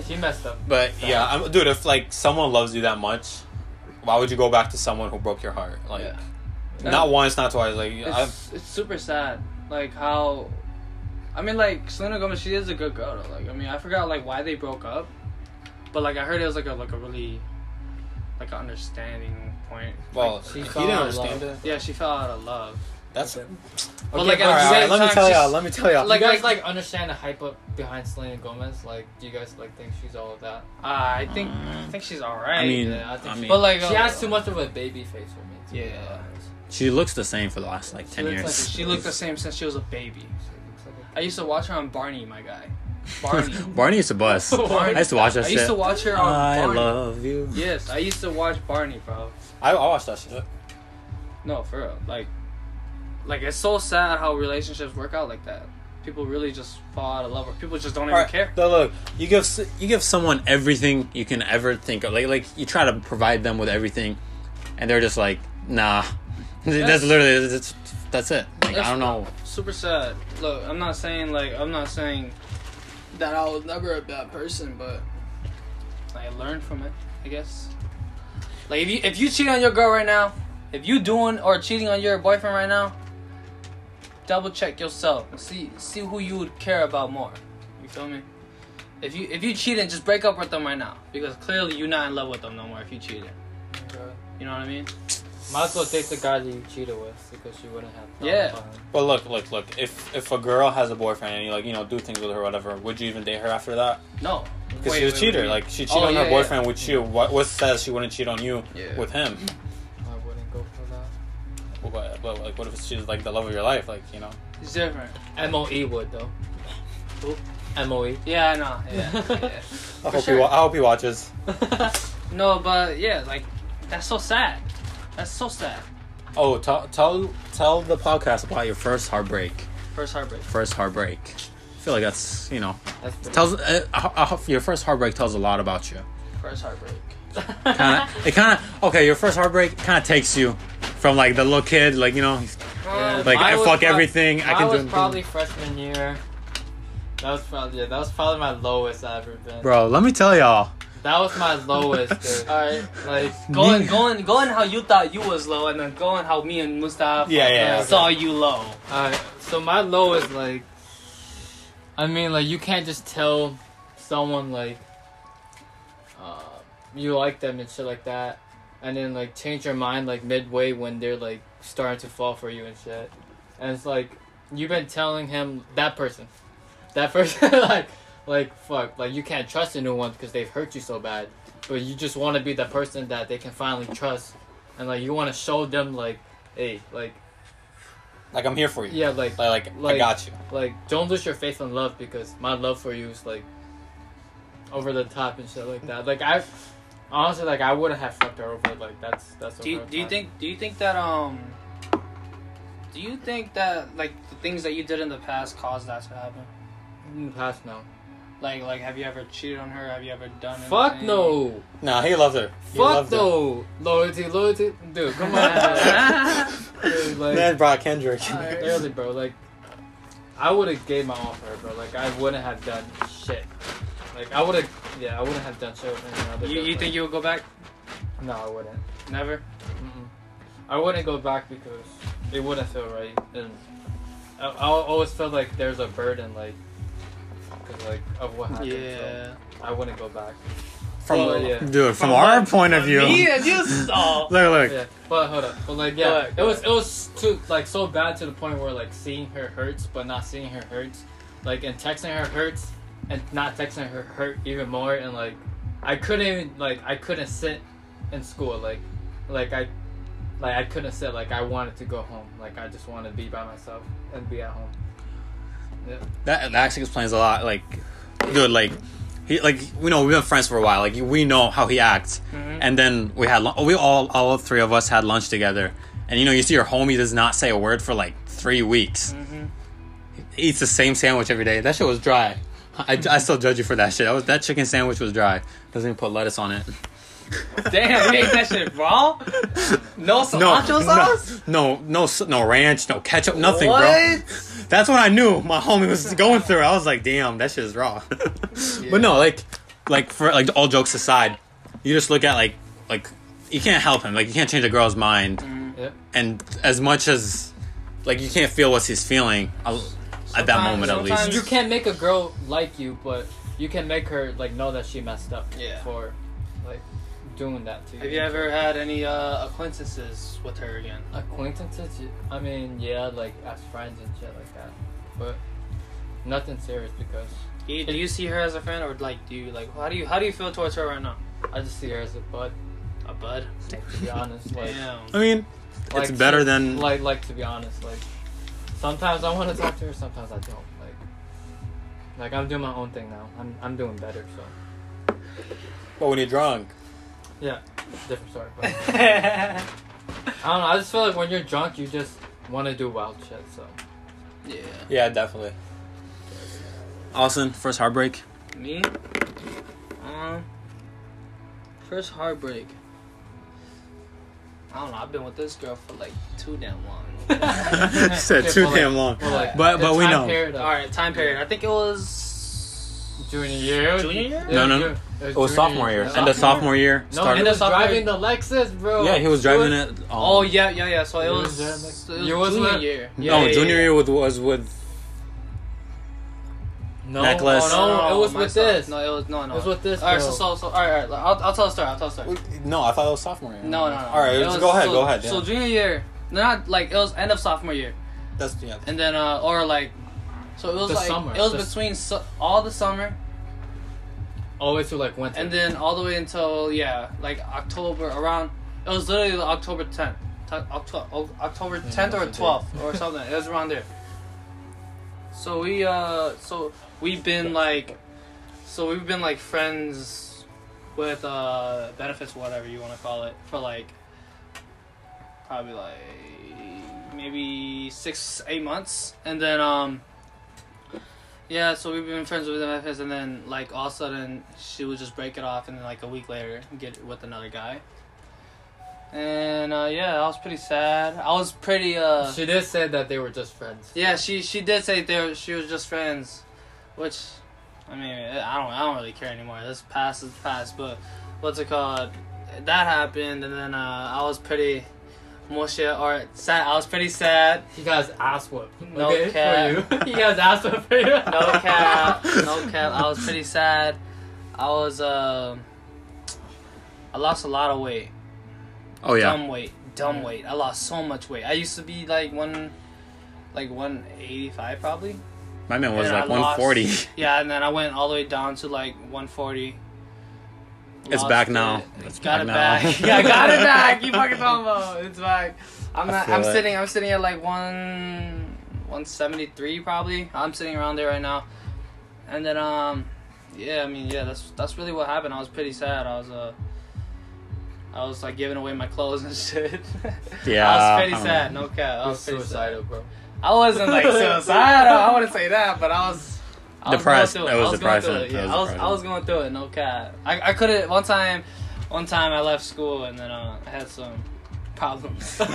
Speaker 3: She messed up.
Speaker 4: but yeah, I'm, dude, if like someone loves you that much, why would you go back to someone who broke your heart? Like,
Speaker 2: Yeah.
Speaker 4: not once, not twice. Like, I've,
Speaker 2: It's, it's super sad. Like how, I mean, like Selena Gomez, she is a good girl. Though. Like I mean, I forgot like why they broke up, but like I heard it was like a like a really, like an understanding point.
Speaker 4: well,
Speaker 3: she
Speaker 4: he didn't
Speaker 3: fell in love.
Speaker 4: understand it.
Speaker 2: Yeah, she fell out of love.
Speaker 4: That's
Speaker 2: But like at
Speaker 3: Okay,
Speaker 4: All
Speaker 2: the
Speaker 4: right,
Speaker 2: same
Speaker 4: all right, let me
Speaker 2: time,
Speaker 4: tell
Speaker 2: she's-
Speaker 4: y'all. Let me tell y'all.
Speaker 2: Like-
Speaker 3: Like, you guys like understand the hype up behind Selena Gomez? Like, do you guys like think she's all of that?
Speaker 2: Uh, I think I think she's alright.
Speaker 1: I mean,
Speaker 3: Yeah, I think
Speaker 1: I
Speaker 3: she-
Speaker 1: mean,
Speaker 2: but like
Speaker 3: She
Speaker 2: uh,
Speaker 3: has too much of a baby face for me. To be
Speaker 2: Yeah.
Speaker 3: honest.
Speaker 1: she looks the same for the last like ten
Speaker 3: looks
Speaker 1: years.
Speaker 3: like
Speaker 2: She looked the same since she was a baby.
Speaker 3: She looks like a-
Speaker 2: I used to watch her on Barney, my guy. Barney.
Speaker 1: Barney used to bust.
Speaker 2: Barney.
Speaker 1: I used to watch that
Speaker 2: I
Speaker 1: shit.
Speaker 2: used to watch her on
Speaker 1: I
Speaker 2: Barney.
Speaker 1: love you.
Speaker 2: Yes, I used to watch Barney, bro.
Speaker 4: I, I watched that shit.
Speaker 2: No, for real. Like, like it's so sad how relationships work out like that. People really just fall out of love, or people just don't even
Speaker 4: Alright,
Speaker 2: care.
Speaker 4: Look, look,
Speaker 1: You give s- you give someone everything you can ever think of. Like like you try to provide them with everything, and they're just like, nah. That's literally that's, that's it. Like I don't know.
Speaker 2: Super sad. Look, I'm not saying like I'm not saying that I was never a bad person, but I learned from it, I guess. Like if you if you cheat on your girl right now, if you doing or cheating on your boyfriend right now, double check yourself and see see who you would care about more. You feel me? If you if you cheating, just break up with them right now because clearly you're not in love with them no more. If you cheated, you know what I mean?
Speaker 3: Might as well take the guy that you cheated with because she wouldn't have. thought
Speaker 2: Yeah.
Speaker 3: about him.
Speaker 4: but look, look, look. If if a girl has a boyfriend and you like, you know, do things with her, or whatever, would you even date her after that?
Speaker 2: No,
Speaker 4: because
Speaker 2: Wait,
Speaker 4: she's a
Speaker 2: wait,
Speaker 4: cheater.
Speaker 2: wait.
Speaker 4: Like she cheated
Speaker 2: Oh,
Speaker 4: on her
Speaker 2: yeah, yeah.
Speaker 4: boyfriend with you. What what says she wouldn't cheat on you
Speaker 2: Yeah.
Speaker 4: with him?
Speaker 3: I wouldn't go for that.
Speaker 4: But, but, but, like what if she's like the love of your life? Like you know.
Speaker 2: It's different.
Speaker 3: MOE E would though. E.
Speaker 2: Who?
Speaker 3: MOE.
Speaker 2: Yeah, I know. Yeah.
Speaker 4: I
Speaker 2: For
Speaker 4: hope,
Speaker 2: sure.
Speaker 4: he, wa- I hope he watches.
Speaker 2: yeah. no, but yeah, like that's so sad. That's so sad.
Speaker 1: Oh, tell tell tell the podcast about your first heartbreak.
Speaker 2: First heartbreak.
Speaker 1: First heartbreak. I feel like that's you know
Speaker 3: That's pretty-
Speaker 1: tells uh, uh, uh, your first heartbreak tells a lot about you.
Speaker 2: First heartbreak.
Speaker 1: Kinda, it kind of okay. Your first heartbreak kind of takes you from like the little kid, like you know, he's
Speaker 3: Yeah,
Speaker 1: like
Speaker 3: mine
Speaker 1: I
Speaker 3: was
Speaker 1: fuck
Speaker 3: prob-
Speaker 1: everything. I
Speaker 3: mine
Speaker 1: can do
Speaker 3: was
Speaker 1: anything.
Speaker 3: probably freshman year. That was probably yeah, that was probably my lowest I ever been.
Speaker 1: Bro, let me tell y'all.
Speaker 3: That was my lowest. Dude.
Speaker 2: All right.
Speaker 3: Like
Speaker 2: Going, going, going. How you thought you was low, and then going how me and Mustafa
Speaker 4: Yeah, yeah.
Speaker 3: yeah.
Speaker 2: saw you low.
Speaker 3: Alright, so my low is like, I mean, like you can't just tell someone like, uh, you like them and shit like that, and then like change your mind like midway when they're like starting to fall for you and shit, and it's like you've been telling him that person, that person like, like fuck, like you can't trust the new one because they've hurt you so bad, but you just want to be the person that they can finally trust, and like you want to show them like, hey, like
Speaker 4: Like I'm here for you.
Speaker 3: yeah, like
Speaker 4: Like, like, I
Speaker 3: Like-
Speaker 4: got you.
Speaker 3: like don't lose your faith in love because my love for you is like over the top and shit like that. Like I honestly like I wouldn't have fucked her over. Like that's that's.
Speaker 2: Do you,
Speaker 3: over
Speaker 2: do you
Speaker 3: top.
Speaker 2: think? Do you think that um? Do you think that like the things that you did in the past caused that to happen?
Speaker 3: in the past Mm, no?
Speaker 2: Like, like, have you ever cheated on her? Have you ever done?
Speaker 3: Fuck
Speaker 2: anything?
Speaker 3: no.
Speaker 4: Nah, he loved her. He
Speaker 3: Fuck
Speaker 4: loved her.
Speaker 3: no. Loyalty, loyalty, dude. Come on, dude, like
Speaker 4: Man brought Kendrick.
Speaker 2: Alright.
Speaker 3: literally, bro. Like I would have gave my all for her, bro. Like I wouldn't have done shit. Like I would have, yeah, I wouldn't have done shit with any other
Speaker 2: You,
Speaker 3: girl,
Speaker 2: you
Speaker 3: like-
Speaker 2: think you would go back?
Speaker 3: No, I wouldn't.
Speaker 2: Never.
Speaker 3: Mm-mm. Mm-hmm. I wouldn't go back because it wouldn't feel right, and I, I always felt like there's a burden, like, 'cause, like of what happened.
Speaker 2: Yeah.
Speaker 3: So I wouldn't go back.
Speaker 1: From
Speaker 3: Well, yeah.
Speaker 1: dude, from,
Speaker 2: From
Speaker 1: our
Speaker 2: what-
Speaker 1: point of view,
Speaker 2: Me
Speaker 1: look,
Speaker 2: and you saw.
Speaker 1: look,
Speaker 3: Yeah, but hold up, but like
Speaker 2: Go
Speaker 3: yeah,
Speaker 2: ahead,
Speaker 3: it
Speaker 2: go
Speaker 3: was it was too like so bad to the point where like seeing her hurts, but not seeing her hurts, like and texting her hurts, and not texting her hurt even more, and like I couldn't even like I couldn't sit in school like like I like I couldn't sit like I wanted to go home like I just wanted to be by myself and be at home.
Speaker 1: that, that actually explains a lot. Like, dude, like he, like we know we've been friends for a while. Like we know how he acts, and then we had lun- we all all three of us had lunch together, and you know you see your homie does not say a word for like three weeks. He eats the same sandwich every day. That shit was dry. I, I still judge you for that shit. That was that chicken sandwich was dry. Doesn't even put lettuce on it.
Speaker 2: Damn, you ate that shit raw. No cilantro sauce.
Speaker 1: No, no, no, s- no ranch, no ketchup, nothing,
Speaker 2: what?
Speaker 1: bro. That's when I knew my homie was going through. it. I was like, damn, that shit is raw. But no, like, like for like all jokes aside, you just look at like, like you can't help him. Like you can't change a girl's mind,
Speaker 3: Yep.
Speaker 1: and as much as like you can't feel what he's feeling uh, at that
Speaker 2: Sometimes-
Speaker 1: moment, at
Speaker 2: sometimes-
Speaker 1: least.
Speaker 3: You can't make a girl like you, but you can make her like know that she messed up
Speaker 2: Yeah.
Speaker 3: for like doing that to you.
Speaker 2: Have you ever had any uh, acquaintances with her again?
Speaker 3: Acquaintances? I mean, yeah, like as friends and shit like that, but nothing serious because
Speaker 2: Do you, do you see her as a friend, or like, do you like? How do you how do you feel towards her right now?
Speaker 3: I just see her as a bud.
Speaker 2: A bud.
Speaker 3: Like, to be honest, like,
Speaker 2: Damn.
Speaker 1: I mean,
Speaker 3: like,
Speaker 1: it's better
Speaker 3: to-
Speaker 1: than
Speaker 3: like like to be honest, like sometimes I want to talk to her, sometimes I don't. Like, like I'm doing my own thing now. I'm I'm doing better, so
Speaker 4: But when you're drunk,
Speaker 3: yeah, different story. But I don't know. I just feel like when you're drunk, you just want to do wild shit. So
Speaker 2: yeah.
Speaker 4: yeah, definitely.
Speaker 1: Austin first heartbreak.
Speaker 2: Me? Um. First heartbreak. I don't know. I've been with this girl for like too damn long.
Speaker 1: Said too
Speaker 3: Well, like-
Speaker 1: damn long.
Speaker 3: well, like,
Speaker 1: But-
Speaker 3: the
Speaker 1: but we
Speaker 3: time
Speaker 1: know.
Speaker 3: period of-
Speaker 2: All right, time period. I think it was
Speaker 3: Junior year.
Speaker 2: Junior year?
Speaker 1: No, no, no.
Speaker 3: It was,
Speaker 1: It was
Speaker 3: junior
Speaker 1: sophomore year. End
Speaker 3: No,
Speaker 1: of sophomore year.
Speaker 3: he
Speaker 1: Started.
Speaker 3: was
Speaker 2: sophomore
Speaker 3: driving the Lexus, bro.
Speaker 1: Yeah, he was driving it. um,
Speaker 2: Oh yeah, yeah, yeah. So it
Speaker 3: You
Speaker 2: was,
Speaker 3: was there,
Speaker 2: it
Speaker 3: like-
Speaker 2: was
Speaker 3: You was
Speaker 2: junior
Speaker 3: with-
Speaker 2: year.
Speaker 1: No,
Speaker 2: Yeah, yeah,
Speaker 1: junior
Speaker 2: yeah.
Speaker 1: year with, was with
Speaker 3: No,
Speaker 1: Necklace.
Speaker 3: Oh, no, it was
Speaker 2: my
Speaker 3: with
Speaker 2: son.
Speaker 3: this.
Speaker 2: No, it was no, no.
Speaker 3: It was with this.
Speaker 2: All right,
Speaker 3: bro.
Speaker 2: so so so. All right, all right. I'll, I'll tell a story. I'll tell a story.
Speaker 4: No, I thought it was sophomore year.
Speaker 2: No, no, no.
Speaker 4: All right,
Speaker 2: It
Speaker 4: just
Speaker 2: was-
Speaker 4: go ahead.
Speaker 2: so-
Speaker 4: go ahead.
Speaker 2: So
Speaker 4: yeah.
Speaker 2: junior year, no, not like it was end of sophomore year,
Speaker 4: That's yeah.
Speaker 2: and then uh or like, so it was
Speaker 3: The
Speaker 2: like
Speaker 3: summer.
Speaker 2: it was
Speaker 3: The-
Speaker 2: between su- all the summer,
Speaker 3: all the way through like winter.
Speaker 2: and then all the way until yeah, like October around. It was literally October tenth, October October
Speaker 3: Yeah,
Speaker 2: tenth or
Speaker 3: that's a
Speaker 2: twelfth or something. It was around there. So we uh, so we've been like, so we've been like friends with uh benefits, whatever you want to call it, for like probably like maybe six eight months, and then um. Yeah, so we've been friends with MFS, and then like all of a sudden she would just break it off, and then like a week later get with another guy. And uh, yeah, I was pretty sad. I was pretty uh.
Speaker 3: she did say that they were just friends.
Speaker 2: yeah, she she did say they were, she was just friends, which, I mean, I don't I don't really care anymore. This past is past, but what's it called? That happened, and then uh, I was pretty, mushy or sad. I was pretty sad.
Speaker 3: He got his ass whooped.
Speaker 2: No
Speaker 3: okay,
Speaker 2: cap.
Speaker 3: For you. he got his ass whooped for you.
Speaker 2: no cap, no cap. I was pretty sad. I was um, I lost a lot of weight.
Speaker 1: Oh yeah.
Speaker 2: Dumb weight, dumb weight. I lost so much weight. I used to be like one, like one eighty five probably.
Speaker 1: My man was
Speaker 2: And
Speaker 1: like
Speaker 2: I
Speaker 1: 140.
Speaker 2: lost- yeah, and then I went all the way down to like one forty.
Speaker 1: It's back now. It's
Speaker 2: got
Speaker 1: back
Speaker 2: it
Speaker 1: now.
Speaker 2: back. yeah, I got it back. You fucking talking about? It's back. I'm
Speaker 1: I
Speaker 2: not.
Speaker 1: feel
Speaker 2: I'm
Speaker 1: it.
Speaker 2: sitting. I'm sitting at like one, one seventy three probably. I'm sitting around there right now, and then um, yeah. I mean, yeah. That's that's really what happened. I was pretty sad. I was uh. I was like giving away my clothes and shit.
Speaker 1: Yeah,
Speaker 2: I was pretty
Speaker 1: I don't
Speaker 2: sad. No cap. I
Speaker 3: He was
Speaker 2: was pretty sad.
Speaker 3: suicidal, bro.
Speaker 2: I wasn't like suicidal. I wouldn't say that, but I was. I was
Speaker 1: Depressed.
Speaker 2: going
Speaker 1: That
Speaker 2: through
Speaker 1: was
Speaker 2: I going through
Speaker 1: depressing.
Speaker 2: it,
Speaker 1: That
Speaker 2: Yeah,
Speaker 1: was
Speaker 2: I was. I
Speaker 1: depressing.
Speaker 2: was going through it. No cap. I, I couldn't. One time, one time I left school and then uh, I had some problems. one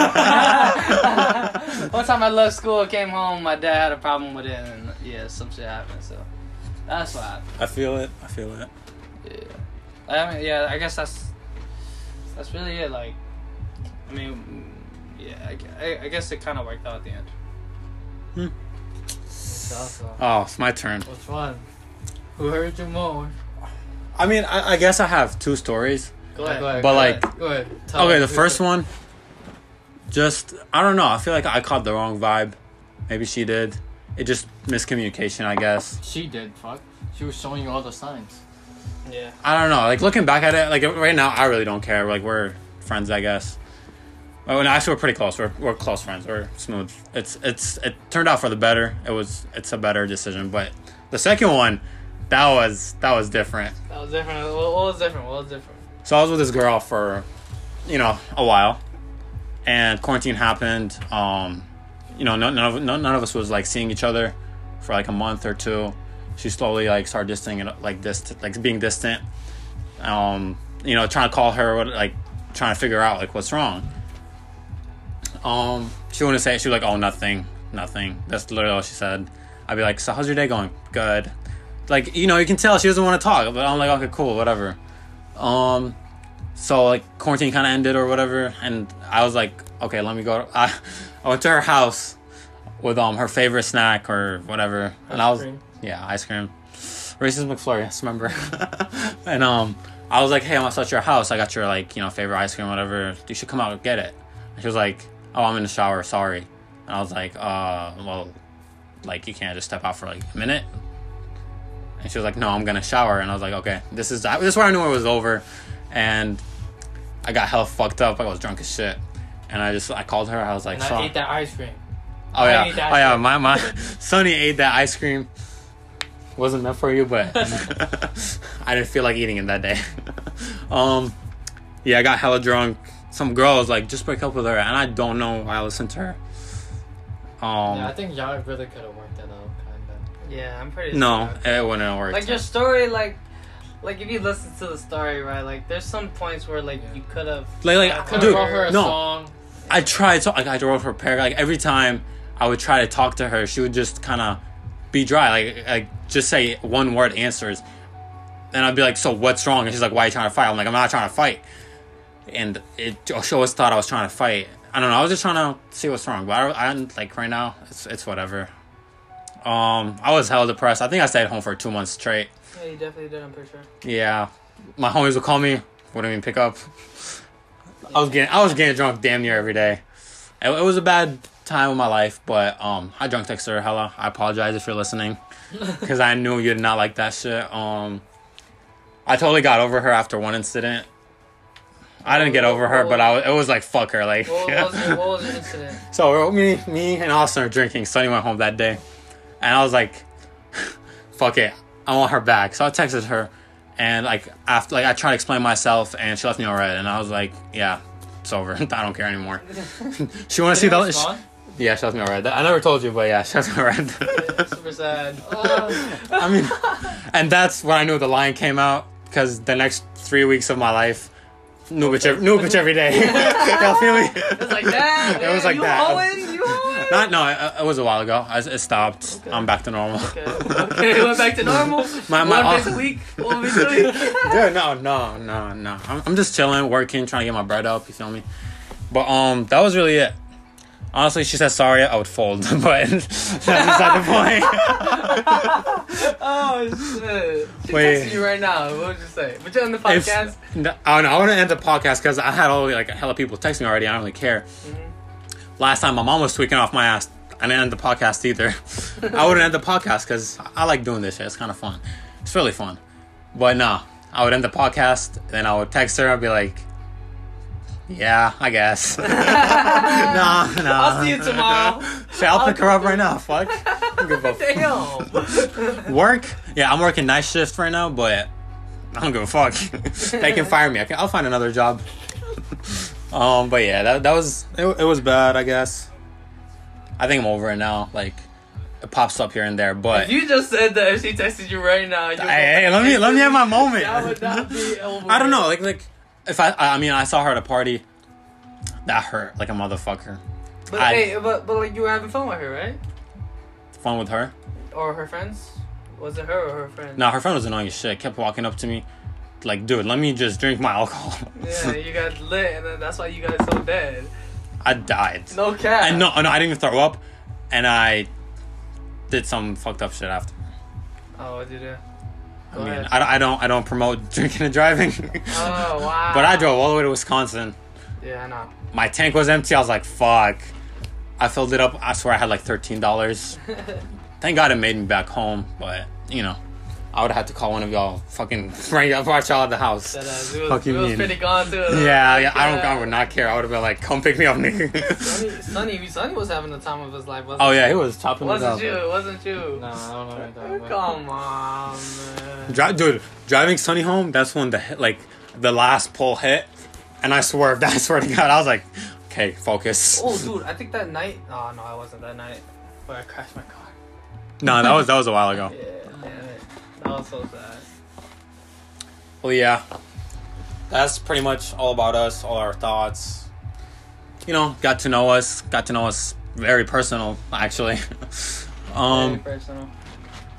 Speaker 2: time I left school, came home, my dad had a problem with it, and yeah, some shit happened. So that's what happened.
Speaker 1: I feel it. I feel it.
Speaker 2: Yeah. I mean, yeah. I guess that's that's really it. Like, I mean, yeah. I, gu- I, I guess it kind of worked out at the end.
Speaker 3: It's awesome.
Speaker 1: Oh, it's my turn.
Speaker 3: Which one? Who hurt you more?
Speaker 1: I mean, I, I guess I have two stories.
Speaker 2: Go ahead.
Speaker 3: Go ahead.
Speaker 1: But, like,
Speaker 3: Go ahead.
Speaker 2: Oh,
Speaker 3: Tell
Speaker 1: Okay, the
Speaker 3: us.
Speaker 1: first one, just I don't know. I feel like I caught the wrong vibe. Maybe she did. It just miscommunication, I guess.
Speaker 3: She did. Fuck. She was showing you all the signs.
Speaker 2: Yeah.
Speaker 1: I don't know. Like looking back at it, like right now, I really don't care. Like we're friends, I guess. Oh, no, actually, we're pretty close. We're, we're close friends. We're smooth. It's it's it turned out for the better. It was it's a better decision. But the second one, that was that was different.
Speaker 2: That was different. What, what was different? What was different?
Speaker 1: So I was with this girl for, you know, a while, and quarantine happened. Um, you know, none, none of none, none of us was like seeing each other for like a month or two. She slowly like started distancing, it- like dist, like being distant. Um, you know, trying to call her, what- like trying to figure out like what's wrong. Um, she wouldn't say. She was like, "Oh, nothing, nothing." That's literally all she said. I'd be like, "So how's your day going?" Good. Like you know, you can tell she doesn't want to talk, but I'm like, "Okay, cool, whatever." Um, so like quarantine kind of ended or whatever, and I was like, okay, let me go. I, I went to her house with um her favorite snack or whatever, and I was
Speaker 3: cream.
Speaker 1: yeah ice cream, Reese's McFlurry. I just remember, and um I was like, hey, I'm outside your house. I got your like you know favorite ice cream, whatever. You should come out and get it. And she was like, oh, I'm in the shower. Sorry. And I was like, uh, well, like you can't just step out for like a minute. And she was like, "No, I'm gonna shower." And I was like, "Okay, this is this is where I knew it was over." And I got hell fucked up. I was drunk as shit. And I just I called her. I was like,
Speaker 3: And I
Speaker 1: "Son-
Speaker 3: ate that ice cream.
Speaker 1: "Oh
Speaker 3: I
Speaker 1: yeah,
Speaker 3: ate that
Speaker 1: oh yeah,
Speaker 3: shit.
Speaker 1: my my Sonny ate that ice cream. Wasn't meant for you, but I didn't feel like eating it that day. um, yeah, I got hella drunk. Some girl was like, "Just break up with her," and I don't know why I listened to her. Um,
Speaker 3: yeah, I think y'all really could have worked that out, kinda.
Speaker 2: Yeah, I'm pretty.
Speaker 1: no,
Speaker 2: sad.
Speaker 1: it wouldn't work.
Speaker 2: Like your story, like, like if you listen to the story, right? Like, there's some points where like
Speaker 3: Yeah.
Speaker 2: you could have.
Speaker 1: like,
Speaker 2: I
Speaker 1: like
Speaker 3: Could
Speaker 2: could've
Speaker 1: dude,
Speaker 3: have brought her a
Speaker 1: no.
Speaker 3: song.
Speaker 1: I tried to like I drove her pair like every time I would try to talk to her, she would just kind of be dry, like like just say one word answers, and I'd be like, "So what's wrong?" And she's like, "Why are you trying to fight?" I'm like, "I'm not trying to fight," and it she always thought I was trying to fight. I don't know. I was just trying to see what's wrong, but I, I like right now it's it's whatever. Um, I was hell depressed. I think I stayed home for two months straight.
Speaker 2: Yeah, you definitely did. I'm pretty sure.
Speaker 1: Yeah, my homies would call me. Wouldn't even pick up. I was getting I was getting drunk damn near every day. It, it was a bad time of my life, but um, I drunk texted her hella. I apologize if you're listening, because I knew you did not like that shit. Um, I totally got over her after one incident. I didn't get over her, but I was, it was like fuck her, like.
Speaker 2: What was, it, what was the incident?
Speaker 1: So me, me and Austin are drinking. Sunny went home that day, and I was like, "Fuck it, I want her back." So I texted her, and like after, like I tried to explain myself, and she left me alright. And I was like, "Yeah, it's over. I don't care anymore." she want to see
Speaker 3: Did it
Speaker 1: the.
Speaker 3: respond?
Speaker 1: she- yeah, she left me alright. I never told you, but yeah, she left me alright.
Speaker 3: Super sad.
Speaker 2: Oh,
Speaker 1: I mean, and that's when I knew the line came out because the next three weeks of my life, new bitch, ev- new bitch every day. Y'all feel me? It was
Speaker 2: like that.
Speaker 1: It was like
Speaker 2: you
Speaker 1: that.
Speaker 2: Owen, you Owen.
Speaker 1: Not no, it, it was a while ago. I, it stopped. I'm back to normal.
Speaker 2: Okay, it went back to normal.
Speaker 1: My my
Speaker 2: One visit
Speaker 1: oh,
Speaker 2: a week, one visit a week.
Speaker 1: dude, no no no no. I'm, I'm just chilling, working, trying to get my bread up. You feel me? But um, that was really it. Honestly, she said sorry, I would fold, but that's not the point.
Speaker 2: Oh shit! She
Speaker 1: Wait.
Speaker 2: texted you right now. What would you say? But you're on the
Speaker 1: if,
Speaker 2: podcast.
Speaker 1: No, oh no, I want to end the podcast because I had all like a hella people text me already. I don't really care.
Speaker 2: Mm-hmm.
Speaker 1: Last time my mom was tweaking off my ass. I didn't end the podcast either. I wouldn't end the podcast because I like doing this shit. It's kind of fun. It's really fun. But nah, I would end the podcast, then I would text her. I'd be like, "Yeah, I guess." nah, nah.
Speaker 2: I'll see you tomorrow.
Speaker 1: Shit, I'll pick her up right now. Fuck. Give a
Speaker 2: Damn.
Speaker 1: Work? Yeah, I'm working night shift right now, but I don't give a fuck. they can fire me. I can, I'll find another job. um, but yeah, that, that was it, it. Was bad, I guess. I think I'm over it now. Like, it pops up here and there, but
Speaker 2: You just said that if she texted you right now, you
Speaker 1: hey, hey, let me let me have my moment.
Speaker 2: That would not be over.
Speaker 1: I don't know. Like, like if I, I I mean, I saw her at a party. That hurt like a motherfucker.
Speaker 2: But
Speaker 1: I-
Speaker 2: hey, but but like you were having fun with her, right?
Speaker 1: Fun with her.
Speaker 2: Or her friends? Was it her or her friends?
Speaker 1: Now her friend was annoying as shit. Kept walking up to me, like, dude, let me just drink my alcohol.
Speaker 2: Yeah, you got lit, and then that's why you got so dead.
Speaker 1: I died.
Speaker 2: No cap.
Speaker 1: And no, no, I didn't even throw up, and I did some fucked up shit after.
Speaker 2: Oh, I did it.
Speaker 1: I
Speaker 2: Go
Speaker 1: mean,
Speaker 2: ahead.
Speaker 1: I, don't- I don't, I don't promote drinking and driving,
Speaker 2: Oh wow.
Speaker 1: but I drove all the way to Wisconsin.
Speaker 2: Yeah, I know.
Speaker 1: My tank was empty. I was like, fuck. I filled it up. I swear I had like thirteen dollars.
Speaker 2: uh,
Speaker 1: Thank God it made me back home, but you know, I would have had to call one of y'all. Fucking bring up watch y'all at the house.
Speaker 2: That ass. We was,
Speaker 1: Fuck you
Speaker 2: we was
Speaker 1: mean.
Speaker 2: pretty gone too.
Speaker 1: Yeah, yeah, I don't. I would not care. I would have been like, "Come pick me up, nigga."
Speaker 2: Sonny, Sonny, Sonny was having the time of his life. Wasn't
Speaker 1: oh yeah, he was chopping it up.
Speaker 2: Wasn't you? Wasn't you?
Speaker 3: Nah, I don't know what you're talking about.
Speaker 2: Come on, man.
Speaker 1: Dri- dude, driving Sunny home, that's when the hit- like the last pull hit, and I swear, I swear to God, I was like, okay, focus.
Speaker 2: Oh, dude, I think that night. Oh no, I wasn't that night. Where I crashed my car.
Speaker 1: No, that was that was a while ago.
Speaker 2: Yeah, damn it. That was so sad.
Speaker 1: Well, yeah,
Speaker 5: That's pretty much all about us, all our thoughts.
Speaker 1: you know, got to know us, got to know us very personal, actually. um,
Speaker 2: Very personal.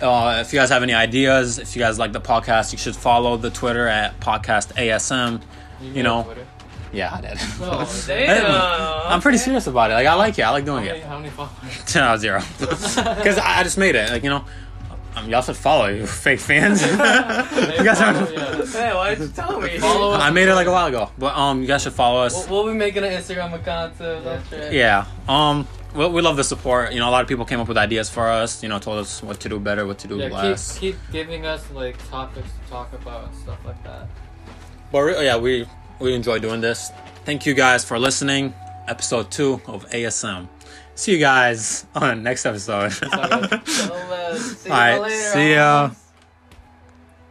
Speaker 1: uh, if you guys have any ideas, if you guys like the podcast, you should follow the Twitter at podcast ASM. You know,
Speaker 3: Twitter.
Speaker 1: yeah, I did.
Speaker 3: No,
Speaker 2: Oh. Damn.
Speaker 1: I'm pretty serious about it. Like, I like it. I like doing
Speaker 3: Hey,
Speaker 1: it.
Speaker 3: how many followers?
Speaker 1: Ten out of zero. Because I, I just made it. Like, you know, um, y'all should follow you, fake fans. you guys
Speaker 3: follow,
Speaker 1: aren't.
Speaker 3: yeah.
Speaker 2: Hey, why did you tell me?
Speaker 3: Follow us.
Speaker 1: I made it like a while ago, but um, you guys should follow us.
Speaker 2: We'll be making an Instagram account too. Don't trip.
Speaker 1: Yeah. Um, we, we love the support. You know, a lot of people came up with ideas for us. You know, told us what to do better, what to do
Speaker 3: Yeah,
Speaker 1: less.
Speaker 3: keep, keep giving us like topics to talk about and stuff like that.
Speaker 1: But re- yeah, we we enjoy doing this. Thank you guys for listening. Episode two of ASM. See you guys on the next episode.
Speaker 2: So, uh, see you
Speaker 1: All right,
Speaker 2: later.
Speaker 1: see ya.
Speaker 2: homies.